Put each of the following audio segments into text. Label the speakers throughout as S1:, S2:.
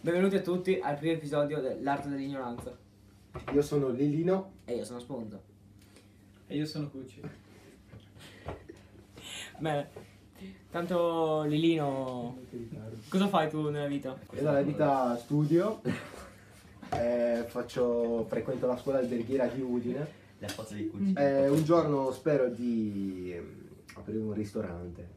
S1: Benvenuti a tutti al primo episodio dell'arte dell'ignoranza.
S2: Io sono Lilino.
S1: E io sono Sponza.
S3: E io sono Cucci.
S1: Bene, tanto Lilino, cosa fai tu nella vita?
S2: Io dalla vita studio. eh, faccio, frequento la scuola alberghiera di Udine.
S4: La foto dei cucini.
S2: Eh, un giorno spero di ehm, aprire un ristorante.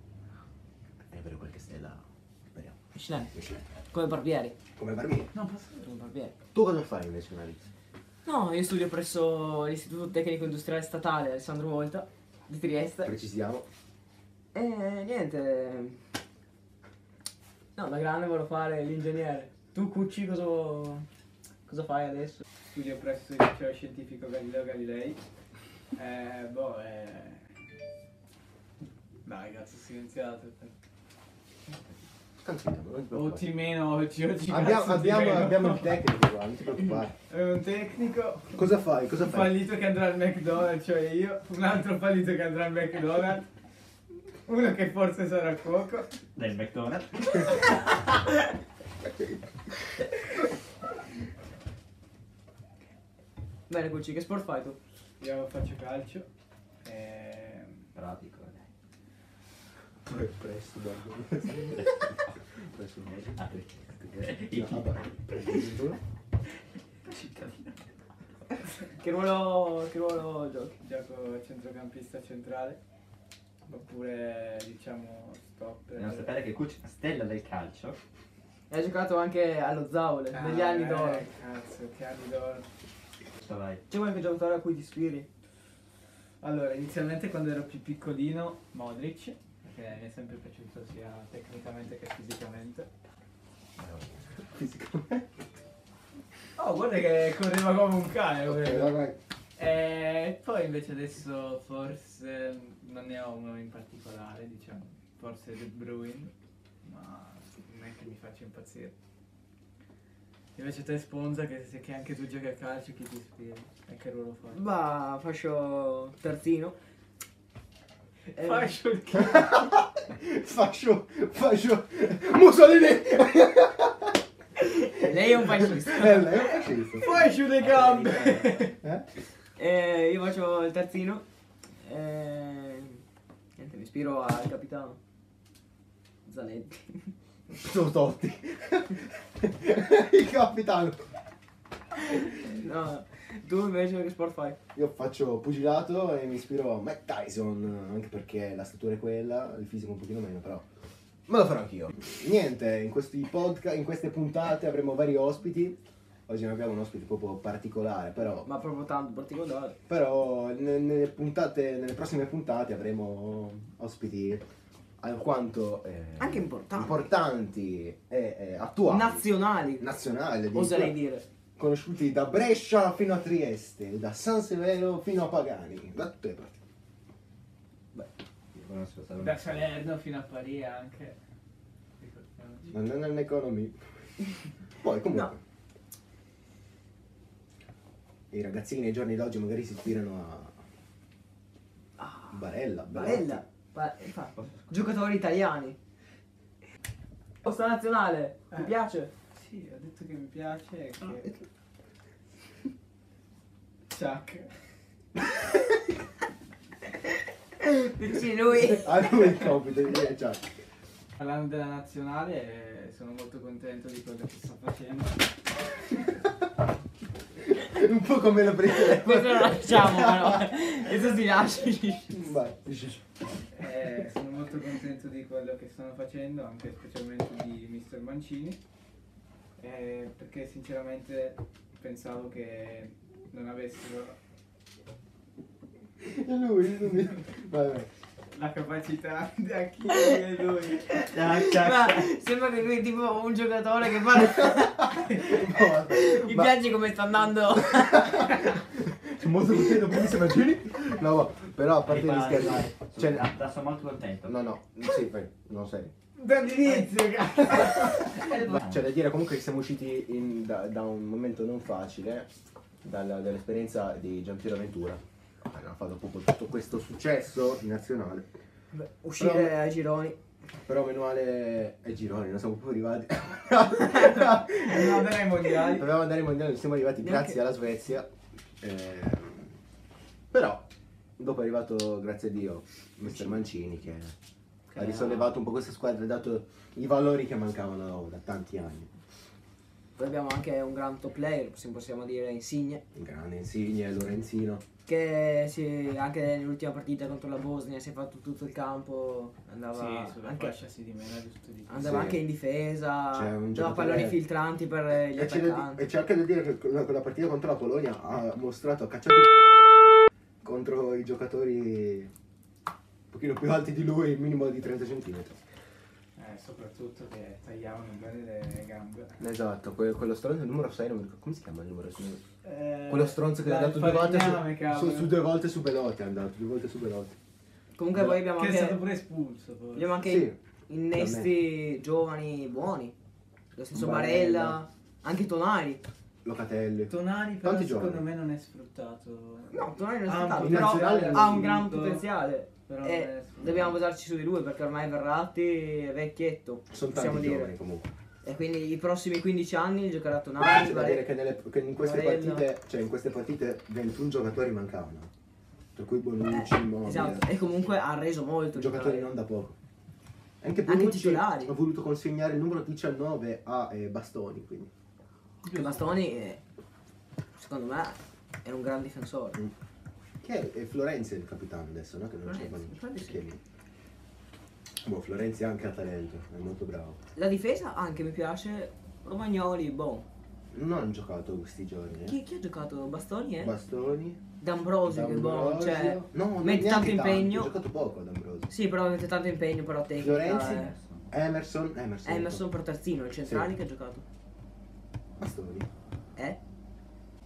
S4: È vero quel che Eh, stella. Speriamo.
S1: Cucinare, Eh, come barbieri.
S2: Come barbieri.
S3: No, basta.
S1: Come barbiere.
S2: Tu cosa fai invece nella vita?
S1: No, io studio presso l'Istituto Tecnico Industriale Statale Alessandro Volta di Trieste.
S2: Precisiamo.
S1: E Eh, niente. No, da grande volevo fare l'ingegnere. Tu Cucci cosa, cosa fai adesso?
S3: Studio cioè, presso il liceo scientifico Galileo Galilei. Eh, boh, eh... Dai, cazzo, silenziato.
S2: Tranquillo, non ti preoccupare.
S3: Voti meno oggi, oggi
S2: Abbiamo,
S3: cazzo,
S2: abbiamo-
S3: ti prego.
S2: abbiamo il tecnico qua, non ti preoccupare.
S3: È un tecnico.
S2: Cosa fai? Cosa
S3: Un
S2: fai?
S3: fallito che andrà al McDonald's, cioè io. Un altro fallito che andrà al McDonald's. Uno che forse sarà cuoco.
S4: Del McDonald's.
S1: Bene Cucci, che sport fai tu?
S3: Io faccio calcio. Ehm,
S4: Pratico, dai.
S2: Pre- Presto, dai. Presto, dai.
S4: Ah, perché?
S2: No, vabbè. Presto.
S4: Cittadino.
S1: Che ruolo, che ruolo giochi?
S3: gioco centrocampista centrale. Oppure diciamo stop. Ah,
S4: Dobbiamo sapere che Cucci è una stella del calcio.
S1: E hai giocato anche allo Zaule,
S3: Ah,
S1: negli anni
S3: eh,
S1: d'oro.
S3: Cazzo, che anni d'oro.
S4: Cosa vai?
S1: C'è qualche giocatore a cui ti ispiri?
S3: Allora, inizialmente quando ero più piccolino, Modric, perché mi è sempre piaciuto sia tecnicamente che fisicamente.
S2: Fisicamente.
S3: Oh, guarda che correva come un cane,
S2: Ok,
S3: quello.
S2: Eh, vai, vai.
S3: E poi invece adesso forse mm, non ne ho uno in particolare, diciamo, forse The Bruin, ma non è che mi faccia impazzire. Invece te Sponza, che, che anche tu giochi a calcio, chi ti ispiri? E che ruolo fai?
S1: Ma faccio terzino. Eh,
S3: Faccio il
S2: Fascio, fascio, Mussolini!
S1: Lei è un fascista.
S2: Eh, lei è un fascista.
S3: Faccio le gambe!
S2: Eh?
S1: Eh, io faccio il terzino. Eh, niente, mi ispiro al capitano. Zanetti.
S2: Sono Totti. Il capitano.
S1: no, tu invece che sport fai?
S2: Io faccio pugilato e mi ispiro a Mike Tyson, anche perché la statura è quella, il fisico un pochino meno, però me lo farò anch'io. Niente, in questi podcast, in queste puntate avremo vari ospiti. Oggi non abbiamo un ospite proprio particolare, però,
S1: Ma proprio tanto particolare.
S2: però ne- nelle, puntate, nelle prossime puntate avremo ospiti alquanto eh,
S1: Anche importanti.
S2: importanti e eh, attuali,
S1: Nazionali,
S2: nazionali,
S1: oserei
S2: addirittura
S1: dire.
S2: conosciuti da Brescia fino a Trieste, da San Severo fino a Pagani, da tutte le parti.
S1: Beh,
S4: Io conosco solo
S3: Da Salerno fino a Pari anche. Ricordiamoci.
S2: Non è nell'economy. Poi comunque. I ragazzini nei giorni d'oggi magari si ispirano a
S1: ah,
S2: Barella.
S1: Barella. Ba- fa- Giocatori italiani. Posta nazionale, ti
S3: Eh.
S1: piace?
S3: Sì, ho detto che mi piace Ah, e che... Chuck.
S1: Dici Eh, lui.
S2: A Ah, lui il compito di dire cioè, ciao.
S3: Parlando della nazionale eh, sono molto contento di quello che sta facendo.
S2: Un po' come la
S1: Questo lo
S2: prima.
S1: lasciamo, però. Questo si lascia.
S2: Vai.
S3: Eh, sono molto contento di quello che stanno facendo, anche specialmente di Mr. Mancini, eh, perché sinceramente pensavo che non avessero
S2: E lui, lui. Vai, vai.
S3: la capacità di acchiappare lui.
S4: Eh,
S1: Sembra, sembra che lui è tipo un giocatore che fa.
S2: No, vabbè.
S1: Mi
S2: Ma-
S1: piace come sta andando.
S2: Sono molto contento, bellissima Gini. No, ma- però a parte gli scherzi. Cioè,
S4: Cioè, sono molto contento.
S2: No, no, sì, fai, non sei.
S3: Dall'inizio, cazzo!
S2: Ma C'è da dire comunque che siamo usciti in- da, da un momento non facile, dalla- dall'esperienza di Giampiero Ventura. Hanno fatto proprio tutto questo successo in nazionale.
S1: Uscire
S2: Però-
S1: ai gironi.
S2: Però meno male è girone, non siamo proprio arrivati.
S3: Dobbiamo andare ai mondiali.
S2: Dovevamo andare ai mondiali, non siamo arrivati
S1: Neanche-
S2: grazie alla Svezia. Ehm, però dopo è arrivato, grazie a Dio, Mr. Mancini che ha risollevato un po' questa squadra e ha dato i valori che mancavano da tanti anni.
S1: Poi abbiamo anche un gran top player, se possiamo dire Insigne,
S2: Un grande Insigne, Lorenzino.
S1: che si- anche nell'ultima partita contro la Bosnia si è fatto tutto il campo, andava,
S3: Sì, sulla
S1: anche,
S3: fascia si dimena tutto di più.
S1: andava
S2: Sì.
S1: anche in difesa,
S2: C'è un
S1: dava
S2: giocatore-
S1: palloni filtranti per eh, gli
S2: E c'è, da di-
S1: attaccanti.
S2: e c'è anche da dire che con la, con la partita contro la Polonia ha mostrato, ha cacciato il- contro i giocatori un pochino più alti di lui, minimo di 30 cm.
S3: Eh, soprattutto che tagliavano bene le gambe.
S2: Esatto, que- quello stronzo il numero 6, non mi ricordo come si chiama il numero 6.
S3: Eh,
S2: Quello stronzo che ha dato due volte su, su, su
S3: Che
S2: due volte su Belotti, è andato due volte su Belotti.
S1: Comunque poi abbiamo
S3: è stato
S1: anche,
S3: pure espulso. poi.
S1: abbiamo anche
S2: Sì,
S1: innesti giovani buoni, lo stesso Barella,
S2: Barella.
S1: anche Tonali.
S2: Locatelli.
S3: Tonali però
S2: Tanti
S3: secondo
S2: giovani.
S3: me non è sfruttato.
S1: No, Tonali non è
S3: Ah,
S1: stato,
S2: in
S1: però
S2: nazionale
S1: ha un
S3: ha
S1: gran
S3: vinto.
S1: potenziale.
S3: Però non è
S1: E
S3: sfruttato.
S1: dobbiamo basarci su di lui perché ormai Verratti è vecchietto,
S2: Sono
S1: possiamo
S2: tanti
S1: dire.
S2: giovani comunque.
S1: E quindi i prossimi 15 anni giocherà Tonali.
S2: C'è da
S1: Barella-
S2: dire che, nelle- che in, queste
S1: Barella.
S2: partite, cioè in queste partite 21 giocatori mancavano. Tra cui Bonucci, Immobile.
S1: Esatto, e comunque ha reso molto. il
S2: giocatori non
S1: giocatore.
S2: da poco. Anche
S1: Anche
S2: Bonucci
S1: titolari.
S2: ha voluto consegnare il numero 19 a eh, Bastoni, quindi.
S1: Che Bastoni, eh, secondo me, è un gran difensore.
S2: Che è, è Florenzi il capitano adesso, no? Che non c'è
S1: Florenzi, infatti sì.
S2: Bonucci. Che è lì. Boh, Florenzi anche ha talento, è molto bravo.
S1: La difesa anche mi piace. Romagnoli, boh.
S2: Non hanno giocato questi giorni, eh.
S1: Chi, chi ha giocato? Bastoni, eh?
S2: Bastoni,
S1: D'Ambrosio, che boh.
S2: D'Ambrosio.
S1: Cioè,
S2: no, non
S1: metti
S2: neanche
S1: tanto
S2: tanti,
S1: impegno.
S2: Ha giocato poco ad Ambrosio.
S1: Sì, però avete tanto impegno, però tecnica.
S2: Florenzi?
S1: eh.
S2: Emerson, Emerson.
S1: Emerson per terzino, il centrale
S2: Sì.
S1: che ha giocato.
S2: Bastoni.
S1: Eh?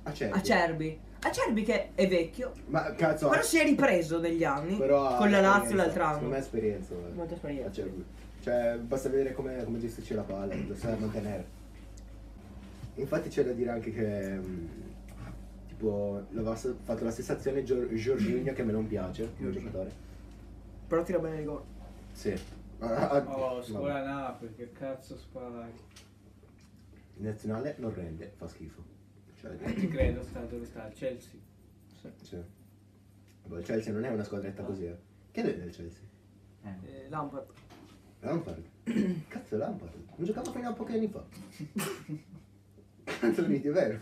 S2: Acerbi.
S1: Acerbi. Acerbi che è vecchio,
S2: Ma cazzo,
S1: Ah, certo. però si è ripreso negli anni.
S2: però ha
S1: con la Lazio
S2: esperienza.
S1: l'altro anno.
S2: Secondo me ha esperienza. guarda.
S1: Molta esperienza.
S2: Acerbi. Cioè, basta vedere come, come gestisce la palla, lo sa mantenere. Infatti c'è da dire anche che mm, tipo l'aveva s- fatto la stessa azione Gior- Jorginho che a me non piace, come
S1: Jorginho.
S2: giocatore.
S1: Però tira bene il gol.
S2: Sì. Ma- ah,
S3: Oh,
S2: vabbè.
S3: scuola Napoli, che cazzo spari.
S2: In nazionale non rende, fa schifo. Cioè,
S3: Ci credo sta dove sta, al Chelsea.
S2: Sì. Boh, il Chelsea non è una squadretta così, eh. Che deve il Chelsea?
S4: Eh,
S1: Eh, Lampard.
S2: Lampard? Cazzo Lampard? Non giocava fino a pochi anni fa. Cazzo è vero?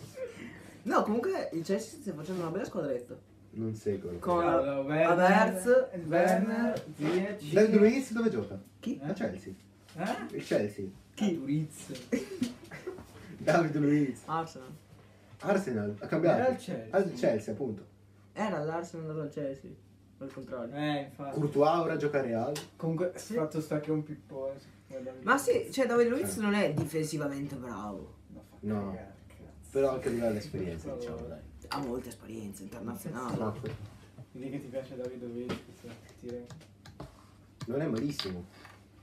S1: No, comunque il Chelsea sta facendo una bella squadretta.
S2: Non seguono.
S1: Con-
S3: Allora,
S1: Havertz,
S3: Werner, Ziyech.
S2: David Luiz dove gioca?
S1: Chi?
S2: A Chelsea.
S3: Eh?
S2: Il Chelsea.
S1: Chi?
S3: Turizzo.
S2: David Luiz.
S1: Arsenal.
S2: Arsenal. Ha cambiato.
S3: Era il Chelsea.
S2: Al Chelsea, appunto.
S1: Era l'Arsenal andato al Chelsea. O il contrario.
S3: Eh, infatti.
S2: Courtois ora gioca a Real.
S3: Comunque,
S1: Sì.
S3: fatto sta che è un eh, pippone.
S2: Eh.
S1: Ma sì, cioè David Luiz non è difensivamente bravo.
S2: No. Però anche lui ha l'esperienza, diciamo, dai.
S1: Ha molta esperienza internazionale.
S3: Vedi che ti piace Davide Luiz, che sa, tira-
S2: Non è malissimo.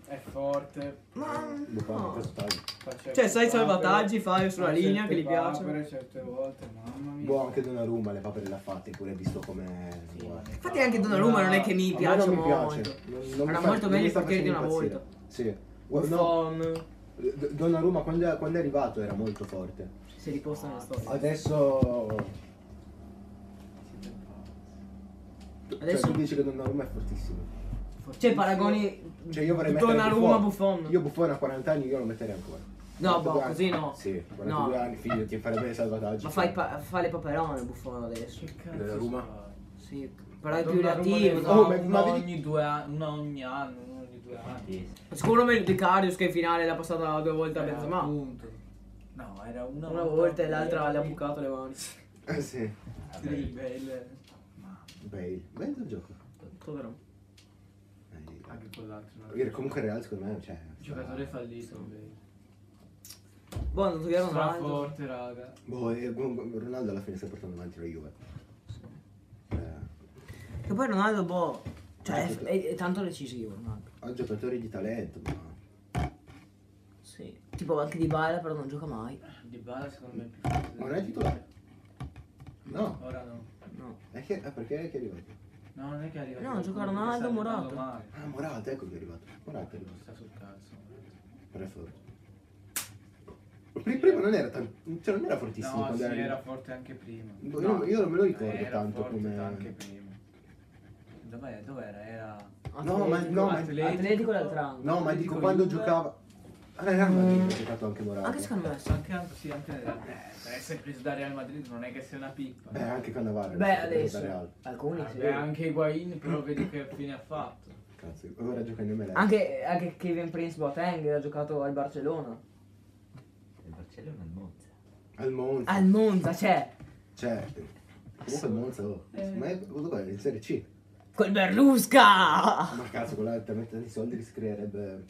S3: è forte.
S1: Ma
S2: Lo fa
S1: no.
S2: un po' tardi.
S3: fa certe
S1: Cioè, sai i
S3: papere,
S1: salvataggi, fai sulla
S3: fa
S1: linea che
S3: certe
S1: gli piacciono.
S3: papere certe volte, mamma mia.
S2: Boh, anche Donnarumma le papere l'ha fatte, pure visto come...
S3: Sì,
S2: guarda.
S1: Infatti anche Donnarumma non è che mi
S2: A me
S1: piace
S2: non
S1: molto.
S2: mi piace. Non- non mi
S1: Era
S2: fa-
S1: molto meglio
S2: non mi
S1: il
S2: sta
S1: portiere di una
S2: facendo
S1: volta.
S2: Sì. Guarda, no,
S1: Buffon.
S2: D- Donnarumma quando, quando è arrivato era molto forte.
S1: Si riposta nella storia.
S2: Adesso...
S1: Adesso-
S2: Cioè, tu dici che Donnarumma è fortissimo.
S1: C'è paragoni.
S2: Cioè io vorrei mettere
S1: Donnarumma Buffon.
S2: Io Buffon a 40 anni io lo metterei ancora.
S1: No,
S2: 42
S1: boh,
S2: anni.
S1: così no.
S2: Sì, 42
S1: No.
S2: anni, figlio, ti farebbe i salvataggi.
S1: Ma fai, pa- fa le paperone Buffon adesso.
S3: Che cazzo
S2: Della Roma?
S3: fa?
S1: Sì. Però è più
S3: Donnarumma
S1: relativo.
S3: del-
S1: no?
S2: Oh, ma-
S3: uno
S2: ma vedi-
S3: ogni due anni, uno ogni anno, uno ogni due anni.
S4: sì.
S1: Sicuro meglio di Carius che in finale l'ha passata due volte a
S2: Eh,
S3: Era
S1: Benzema.
S3: Eh, appunto. No, era una,
S1: Una volta e l'altra le ha bucato le mani.
S2: Eh sì.
S3: Dribble. Ma
S2: Bale. Bale dove gioca?
S1: Povero.
S3: anche quell'altro.
S2: Eh, Comunque il Real secondo me, cioè...
S3: Giocatore fallito. Bale.
S1: Buono, andato via Ronaldo.
S3: Straforte, raga.
S2: Boh, e Ronaldo alla fine sta portando avanti la Juve. Eh,
S1: Che poi Ronaldo, boh. Cioè, è, è- è tanto decisivo Ronaldo.
S2: ha giocatori di talento, ma...
S1: Sì. Tipo anche di Bala, però non gioca mai.
S3: Di Bala secondo me è più forte.
S2: Ma non
S3: del-
S2: è titolare? No,
S3: Ora no.
S1: No.
S2: è che, ah, perché è che è arrivato?
S3: No, non è che arriva.
S1: No, gioca Ronaldo, Morata.
S2: Ah, Morata, ecco che è arrivato. Rapid.
S3: Sta sul cazzo.
S2: Prefer. Pri- Prima non era tan- cioè non era fortissimo
S3: No,
S2: quando
S3: sì,
S2: era lì.
S3: era forte anche prima.
S2: Boh, io non- io non me lo ricordo
S3: era
S2: tanto
S3: forte
S2: come-
S3: anche prima. Dov'è? Dov'era? Era...
S2: No, ma- no, ma-
S1: Atletico, Atletico l'altro anno.
S2: No, ma dico
S3: Dico
S2: quando
S3: Juve.
S2: giocava. Ah, era Real Madrid, ha giocato anche Morata.
S1: Mm. Anche secondo me. sì.
S3: Anche, sì, anche nella... eh, per essere preso da Real Madrid non è che sia una pippa.
S2: Beh, anche Cannavaro.
S1: Beh, adesso.
S2: Real.
S1: Alcuni sì.
S3: Vabbè, anche Higuain, però vedi che fine ha fatto.
S2: Cazzo, ora gioca in MLS.
S1: Anche, anche Kevin Prince Boateng ha giocato al Barcellona.
S4: Il Barcellona al Monza.
S2: Al Monza.
S1: Al Monza, cioè.
S2: Cioè, comunque il Monza, oh.
S1: Eh.
S2: ma è quello qua, è in Serie C.
S1: Col Berlusca!
S2: Ma cazzo, quella talmente di soldi li si creerebbe.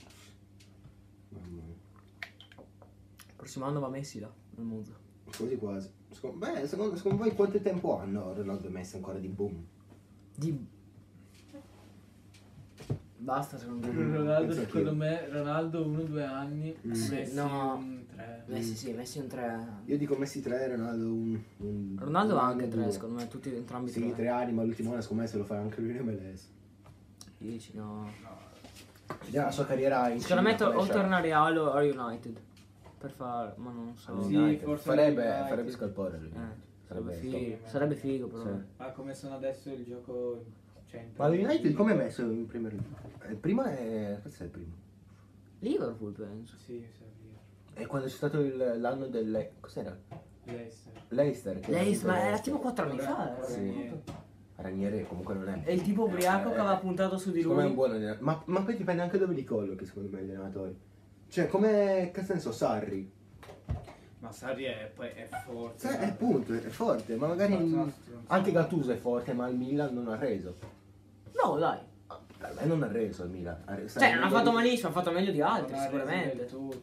S2: Mamma mia.
S1: Il prossimo anno va Messi là, al Monza.
S2: Quasi quasi. Secondo, beh, secondo, secondo voi quanto tempo hanno Ronaldo e Messi ancora di boom?
S1: Di... Basta secondo me.
S3: Ronaldo,
S2: penso
S3: secondo
S2: anch'io.
S3: me, Ronaldo 1-2 anni,
S2: Mm.
S3: Messi mm,
S1: No.
S3: 3.
S1: Messi sì, Messi un 3.
S2: Io dico Messi 3, Ronaldo un, un-
S1: Ronaldo
S2: un
S1: ha anche
S2: anno,
S1: 3,
S2: due.
S1: secondo me, tutti entrambi
S2: Sì,
S1: 3.
S2: tre anni, ma l'ultimo anno secondo me se lo fa anche lui in MLS.
S1: 10, no.
S2: Vediamo la sua carriera in
S1: Secondo me
S2: Cina,
S1: to- o
S2: come esce.
S1: torna Real o a United. Per fare, ma non so.
S2: Ah,
S3: Sì,
S1: Eh,
S2: United.
S3: forse
S2: farebbe,
S3: United.
S2: farebbe scalpore lui.
S1: sarebbe,
S2: Sarebbe
S1: figo,
S3: top.
S1: sarebbe figo però.
S2: Sì.
S3: Ma come sono adesso il gioco... Cioè, in
S2: Ma
S3: Premier
S2: l'United
S3: League?
S2: come è messo in Premier League? Eh, Il primo è... questo è il primo.
S1: Liverpool penso.
S3: Sì, sì,
S2: E quando c'è stato il- l'anno del... cos'era?
S3: Leicester.
S2: Leicester. che
S1: Lei, ma
S2: vinto-
S1: era tipo 4 anni fa. eh.
S2: Sì. Ranieri comunque non è...
S1: E il tipo ubriaco che aveva
S2: Eh,
S1: puntato su di
S2: Secondo me è un
S1: lui.
S2: buon allenatore. Ma, ma poi dipende anche dove li collochi, secondo me, gli allenatori. Cioè, come, che senso, Sarri?
S3: Ma Sarri è, poi è forte.
S2: Sai, è il punto, è forte, ma magari...
S3: Forza, forza.
S2: Anche Gattuso è forte, ma il Milan non ha reso.
S1: No, dai.
S2: Per me non ha reso il Milan. Ha re- sta
S1: Cioè, non ha
S2: rendendo-
S1: fatto malissimo, ha fatto meglio di
S3: Non ha
S1: altri,
S3: reso del
S1: sicuramente.
S3: tutto.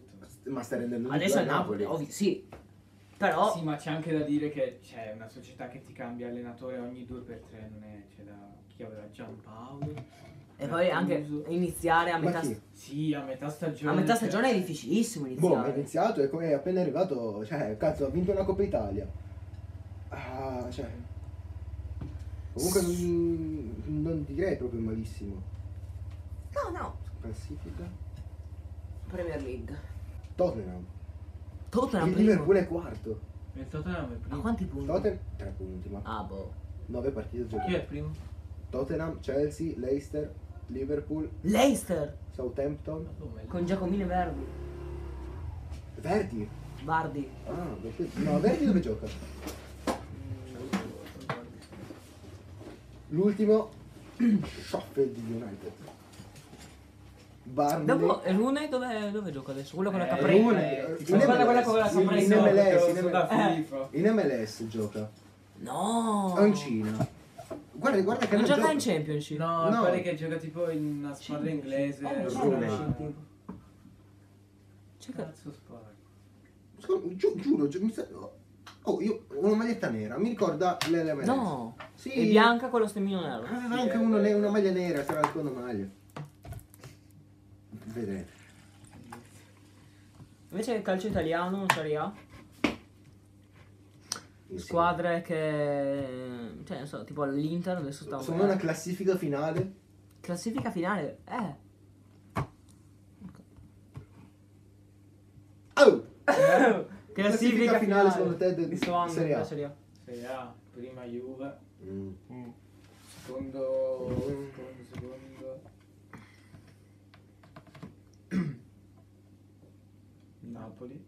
S2: Ma sta rendendo di
S1: Adesso
S2: più
S1: è
S2: a
S1: Napoli, ovvio, sì. Però
S3: Sì, ma c'è anche da dire che c'è una società che ti cambia allenatore ogni 2x3, non è... C'è da... Chi aveva Giampaolo?
S1: E poi anche
S3: Gattuso.
S1: iniziare a
S2: Ma
S1: metà,
S2: chi?
S3: Sì, a metà stagione.
S1: a metà
S3: cioè-
S1: stagione è difficilissimo
S2: Boh, ma è
S1: iniziare.
S2: iniziato e come è appena arrivato, cioè, cazzo, ha vinto una Coppa Italia. Ah, cioè... Comunque non, non direi proprio malissimo.
S1: No, no,
S2: Classifica.
S1: Premier League.
S2: Tottenham.
S1: Tottenham
S2: Il
S1: primo.
S2: Liverpool è quarto.
S3: Il Tottenham è primo.
S1: A quanti punti?
S2: Tottenham 3 punti, ma
S1: Ah, boh.
S2: 9 partite
S3: Chi è
S2: giocate.
S3: il primo?
S2: Tottenham, Chelsea, Leicester, Liverpool,
S1: Leicester
S2: Southampton,
S3: Come?
S1: con Giacomini Verdi.
S2: Verdi.
S1: Bardi.
S2: Ah, perché- no, Verdi dove gioca? L'ultimo Sheffield United. Barney.
S1: Dopo eh, Rune dove, dove gioca adesso? Quello con la
S3: Eh,
S1: capretta.
S3: Rune.
S1: Quella- quella con la Eh.
S2: in,
S1: saprei
S2: in
S1: solo,
S2: MLS,
S3: sono
S2: in
S3: da
S2: MLS,
S3: FIFA.
S2: in MLS gioca.
S1: No.
S2: È in Cina. Guarda, guarda che
S1: Non gioca
S2: gioca.
S1: in Championship.
S3: No,
S2: No.
S3: pare che gioca tipo in una squadra inglese.
S1: Eh,
S2: Rune. Eh,
S3: Ma-
S1: tipo. C'è Cioè, che-
S3: Cazzo sporco.
S2: Secondo- giu- giuro, giu- mi sa- Oh, io ho una maglietta nera, mi ricorda l'LMS.
S1: No.
S2: Sì.
S1: E bianca con lo stemmino nero.
S2: Aveva anche uno ne- una maglia nera, sarà la tua maglia. Vedrete.
S1: Invece il calcio italiano, Serie A.
S2: Io sì.
S1: Squadre che. Cioè, non so, tipo l'Inter adesso sta
S2: Sono una classifica finale.
S1: Classifica finale, eh.
S2: Oh!
S1: Classifica,
S2: Classifica finale, secondo te, de-
S1: di sto anno
S2: Serie A.
S1: della Serie A.
S3: Serie A, prima Juve,
S2: Mm.
S3: secondo, secondo, secondo. Napoli,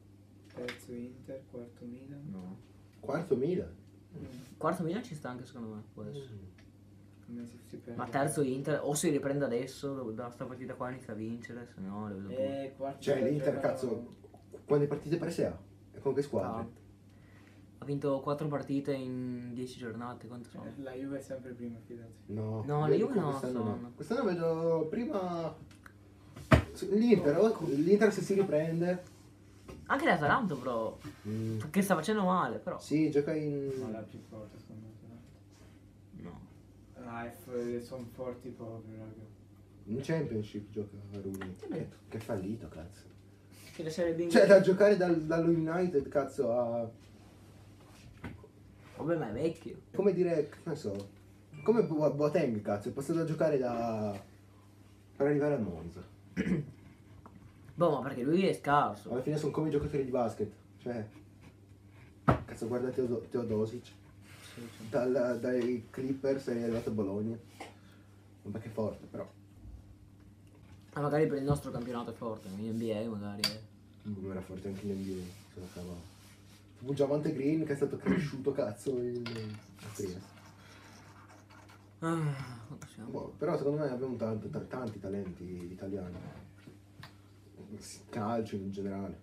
S3: terzo Inter, quarto Milan.
S4: No.
S2: Quarto Milan.
S3: Mm.
S1: Quarto Milan ci sta anche secondo me, può essere.
S3: Come si, si
S2: Eh.
S3: perde?
S1: Ma terzo Inter, o si riprende adesso, da sta partita qua inizia a vincere, se no le vedo pure.
S3: E Eh, quarto
S2: Cioè l'Inter,
S3: giocano-
S2: cazzo, quante partite perse ha? E con che squadre?
S1: Tante. Ha vinto 4 partite in 10 giornate, quanto sono?
S3: Eh, La Juve è sempre prima, fidati.
S2: No,
S1: No, la Juve no,
S2: Quest'anno,
S1: sono-
S2: Quest'anno vedo prima l'Inter, o- l'Inter se si riprende.
S1: Anche l'Ataranto però,
S2: Mm.
S1: che sta facendo male però.
S2: Sì, gioca
S3: Ma la
S2: in...
S3: più forte secondo me.
S1: No.
S3: Ah, f- sono forti proprio, raga.
S2: in Championship gioca Rooney.
S1: Che
S2: Che,
S1: bello.
S2: che fallito, cazzo.
S1: Che la Serie B
S2: Cioè da giocare dal, dallo United, cazzo, a...
S1: Vabbè ma è vecchio.
S2: Come dire, che ne so, come Bo- Boateng, cazzo, è passato a giocare da... per arrivare al Monza.
S1: boh, ma perché lui è scarso.
S2: Esatto. Alla fine sono come i giocatori di basket. Cioè. Cazzo, guarda Teodo- Teodosic. Dal- dai Clippers è arrivato a Bologna. Vabbè che forte, però.
S1: Ma Ah, magari per il nostro campionato è forte, in NBA magari. eh.
S2: Mm, Era forte anche l'NBA. Se lo cavava. Tipo Giavante Green che è stato cresciuto cazzo in. a Trieste.
S1: Ah, quanto siamo?
S2: Boh, però secondo me abbiamo tanti, ta- tanti talenti italiani. Calcio in generale.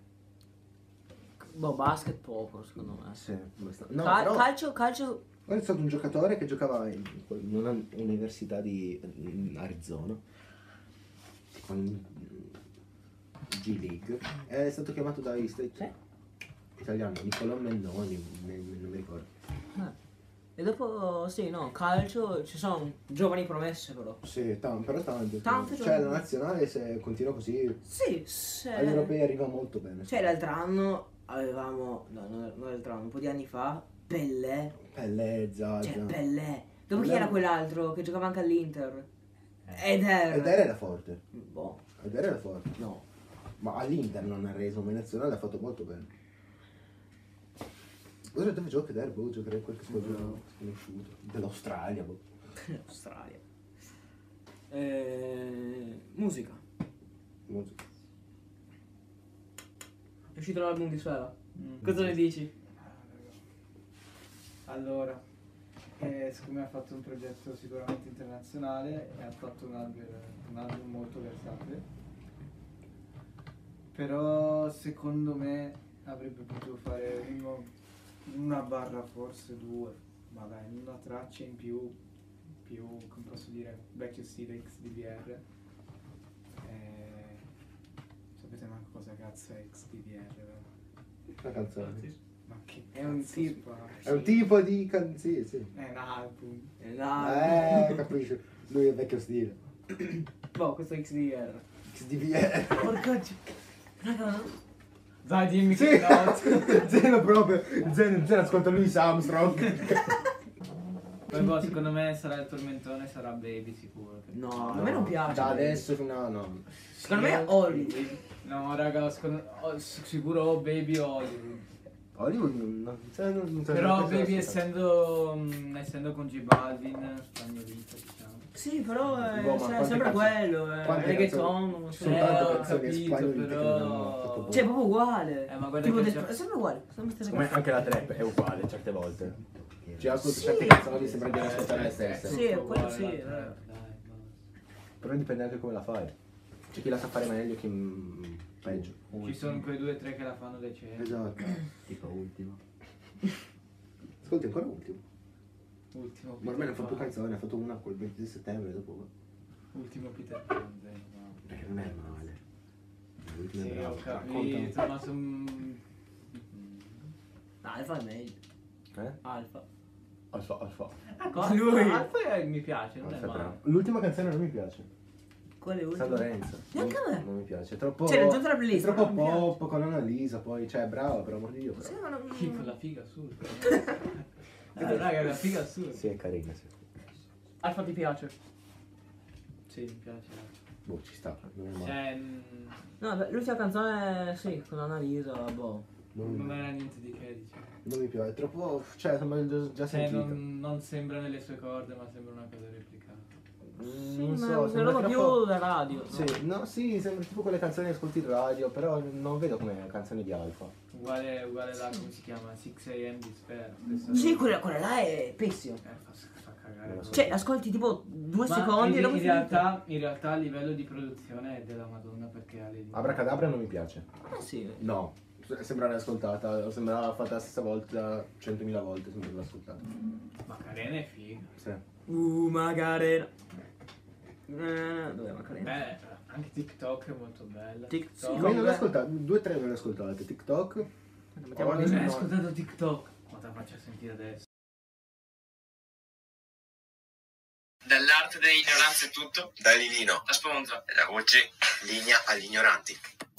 S1: Boh, basket poco, secondo me.
S2: Sì, abbastanza. No,
S1: Cal-
S2: però-
S1: Calcio, calcio...
S2: Poi è stato un giocatore che giocava in,
S4: In una università di in Arizona.
S2: tipo in- G League. È stato chiamato da State italiano, Nicolò Mennoni, ne- ne- non mi ricordo.
S1: eh. E dopo, sì, no, calcio, ci sono giovani promesse però.
S2: Sì, tan- però tanto.
S1: Tanto
S2: cioè
S1: giovane.
S2: la nazionale se continua così
S1: Sì, se...
S2: agli europei arriva molto bene.
S1: Cioè l'altro anno avevamo, no, no, non l'altro anno, un po' di anni fa, Pellè,
S2: Pelle, Zaza.
S1: cioè Pellè. Dopo chi
S2: Pellè-
S1: era quell'altro che giocava anche all'Inter? Ed era...
S2: Eh. Ed era forte.
S1: Boh,
S2: Ed era forte.
S1: no.
S2: Ma all'Inter non ha reso, ma in nazionale ha fatto molto bene. Ora dove gioca Eder? Boh, giocare in qualche squadra sconosciuta. Dell'Australia, boh.
S1: Australia. Eh, musica.
S2: Non so.
S1: È uscito l'album di Suela.
S3: Mm.
S1: Cosa ne dici?
S3: Allora, eh, siccome ha fatto un progetto sicuramente internazionale e ha fatto un album, un album molto versatile, però secondo me avrebbe potuto fare uno- una barra, forse due, magari una traccia in più, più, come posso dire, vecchio stile XDVR. Eh, sapete manco cosa cazzo è XDVR, vero?
S2: Una canzone.
S3: Ma che è un tipo...
S2: È un tipo di canzone. Sì, sì.
S3: È un album.
S1: Eh, no.
S2: Eh, capisci. Lui è vecchio stile.
S1: Boh, questo XDR.
S2: XDVR.
S1: Porca gi- Raga,
S3: Dai, dimmi
S2: Sì.
S3: che no.
S2: Zero proprio. Zero, zero ascolta lui Armstrong.
S3: Poi, boh, secondo me sarà il tormentone, sarà baby sicuro. perché-
S1: No, a me non piace.
S2: Da adesso no, no.
S1: Secondo me è Hollywood.
S3: No, raga, secondo- ho- sic- sicuro o baby o Hollywood.
S2: Hollywood non, non, cioè, non, non
S3: Però
S2: non-
S3: baby
S2: non-
S3: essendo, mm, essendo con J Balvin, spagnolito, diciamo.
S1: Sì, però è
S2: Boh, ma
S1: se-
S2: quante
S1: sempre
S2: canzoni-
S1: quello. È
S2: quante
S1: reggaeton.
S2: canzoni-
S1: non
S2: ci
S1: so.
S2: sono
S3: Eh,
S2: tante
S3: ho
S2: canzoni
S3: capito,
S2: spagnolite che
S3: però-
S2: non hanno fatto
S1: Sì, è
S2: buono.
S1: proprio uguale.
S3: Eh, ma guarda
S1: Tipo
S3: che
S1: del-
S3: c'è-
S1: è sempre uguale. Sempre stesse
S5: Come
S1: cose.
S5: anche la trap è uguale certe volte. Eh,
S2: Ci Cioè, ascolto
S1: Sì.
S2: certe canzoni sembra di ascoltare le stesse.
S1: Sì,
S3: tutto
S1: quello
S3: uguale,
S1: sì,
S3: dai,
S1: eh.
S3: dai,
S2: Però dipende anche come la fai. C'è chi la sa fare meglio e chi mm, peggio.
S3: boh. Ci sono quei due o tre che la fanno decente.
S2: Esatto.
S4: Tipo ultimo.
S2: Ascolti ancora ultimo.
S3: Ultimo
S2: Ma
S3: Peter
S2: ormai ne ha fatto
S3: Pan.
S2: canzone, ha fatto una col 20 settembre dopo.
S3: Ultimo Peter Pan, dai, no.
S2: Perché non è male. L'ultimo
S3: Sì,
S2: è
S3: ho
S2: bravo.
S3: capito,
S2: Racconta.
S3: ma son-
S1: Alfa è meglio.
S5: Eh?
S1: Alfa.
S5: Alfa, alfa.
S3: Cosa?
S1: Lui.
S3: Alfa è- mi piace,
S2: Ah,
S3: non è
S5: Alfa è
S3: male.
S5: bravo. L'ultima canzone non mi piace.
S1: Quale
S5: San
S1: ultimo?
S5: Lorenzo.
S1: Neanche a me. Cioè,
S5: Non mi piace. È troppo.
S1: C'era già tra
S2: È
S1: playlist.
S2: troppo pop con Annalisa, poi, cioè, brava, per amor di Dio.
S1: Sì,
S2: Però.
S1: ma non-
S3: Sì, con la figa assurda. Vedo, raga, la figa assurda.
S5: Sì, è carina, sì.
S1: Alfa ti piace?
S3: Sì, mi piace.
S2: Boh, ci sta. Non è male.
S3: Cioè, mm,
S1: No, beh, l'ultima canzone, sì, con Annalisa, boh.
S2: Non,
S3: non era niente di che, diciamo.
S2: non mi piace. È troppo. Cioè, sembra già, già
S3: Cioè,
S2: sentita.
S3: non, non sembra nelle sue corde, ma sembra una cosa replicata.
S2: Mm,
S1: Sì, ma è una
S2: sembra
S1: roba
S2: troppo-
S1: più da radio. no?
S2: Sì, no, sì, sembra tipo quelle canzoni che ascolti in radio, però non vedo come canzoni di Alfa.
S3: Uguale, uguale là, come si chiama? 6am di Spera.
S1: Sì, quella, quella là è pessima.
S3: Eh, fa, fa cagare.
S2: Non lo
S3: no?
S2: so.
S1: Cioè, ascolti tipo due
S3: Ma
S1: secondi
S3: in,
S1: e dopo
S3: in
S1: è finita.
S3: realtà, in realtà a livello di produzione è della Madonna perché ha le
S2: Abracadabra non mi piace.
S1: Eh sì.
S2: No, sembra riascoltata, sembrava fatta la stessa volta, centomila volte, sembra riascoltata.
S3: Macarena è figa.
S2: Sì.
S1: Uh, Macarena. Eh, Dov'è Macarena?
S3: Beh, anche TikTok è molto bella.
S1: Tic- sì,
S2: Come
S1: come-
S2: non le ascoltate, due o tre non le ascoltate, TikTok,
S1: Mettiamo
S2: Oh,
S1: lì.
S3: Non hai
S2: no.
S3: ascoltato Eh, TikTok? Ma te la faccio sentire adesso.
S6: Dall'arte dell'ignoranza è tutto. Da Lilino. La sponza. E la voce. Linea agli ignoranti.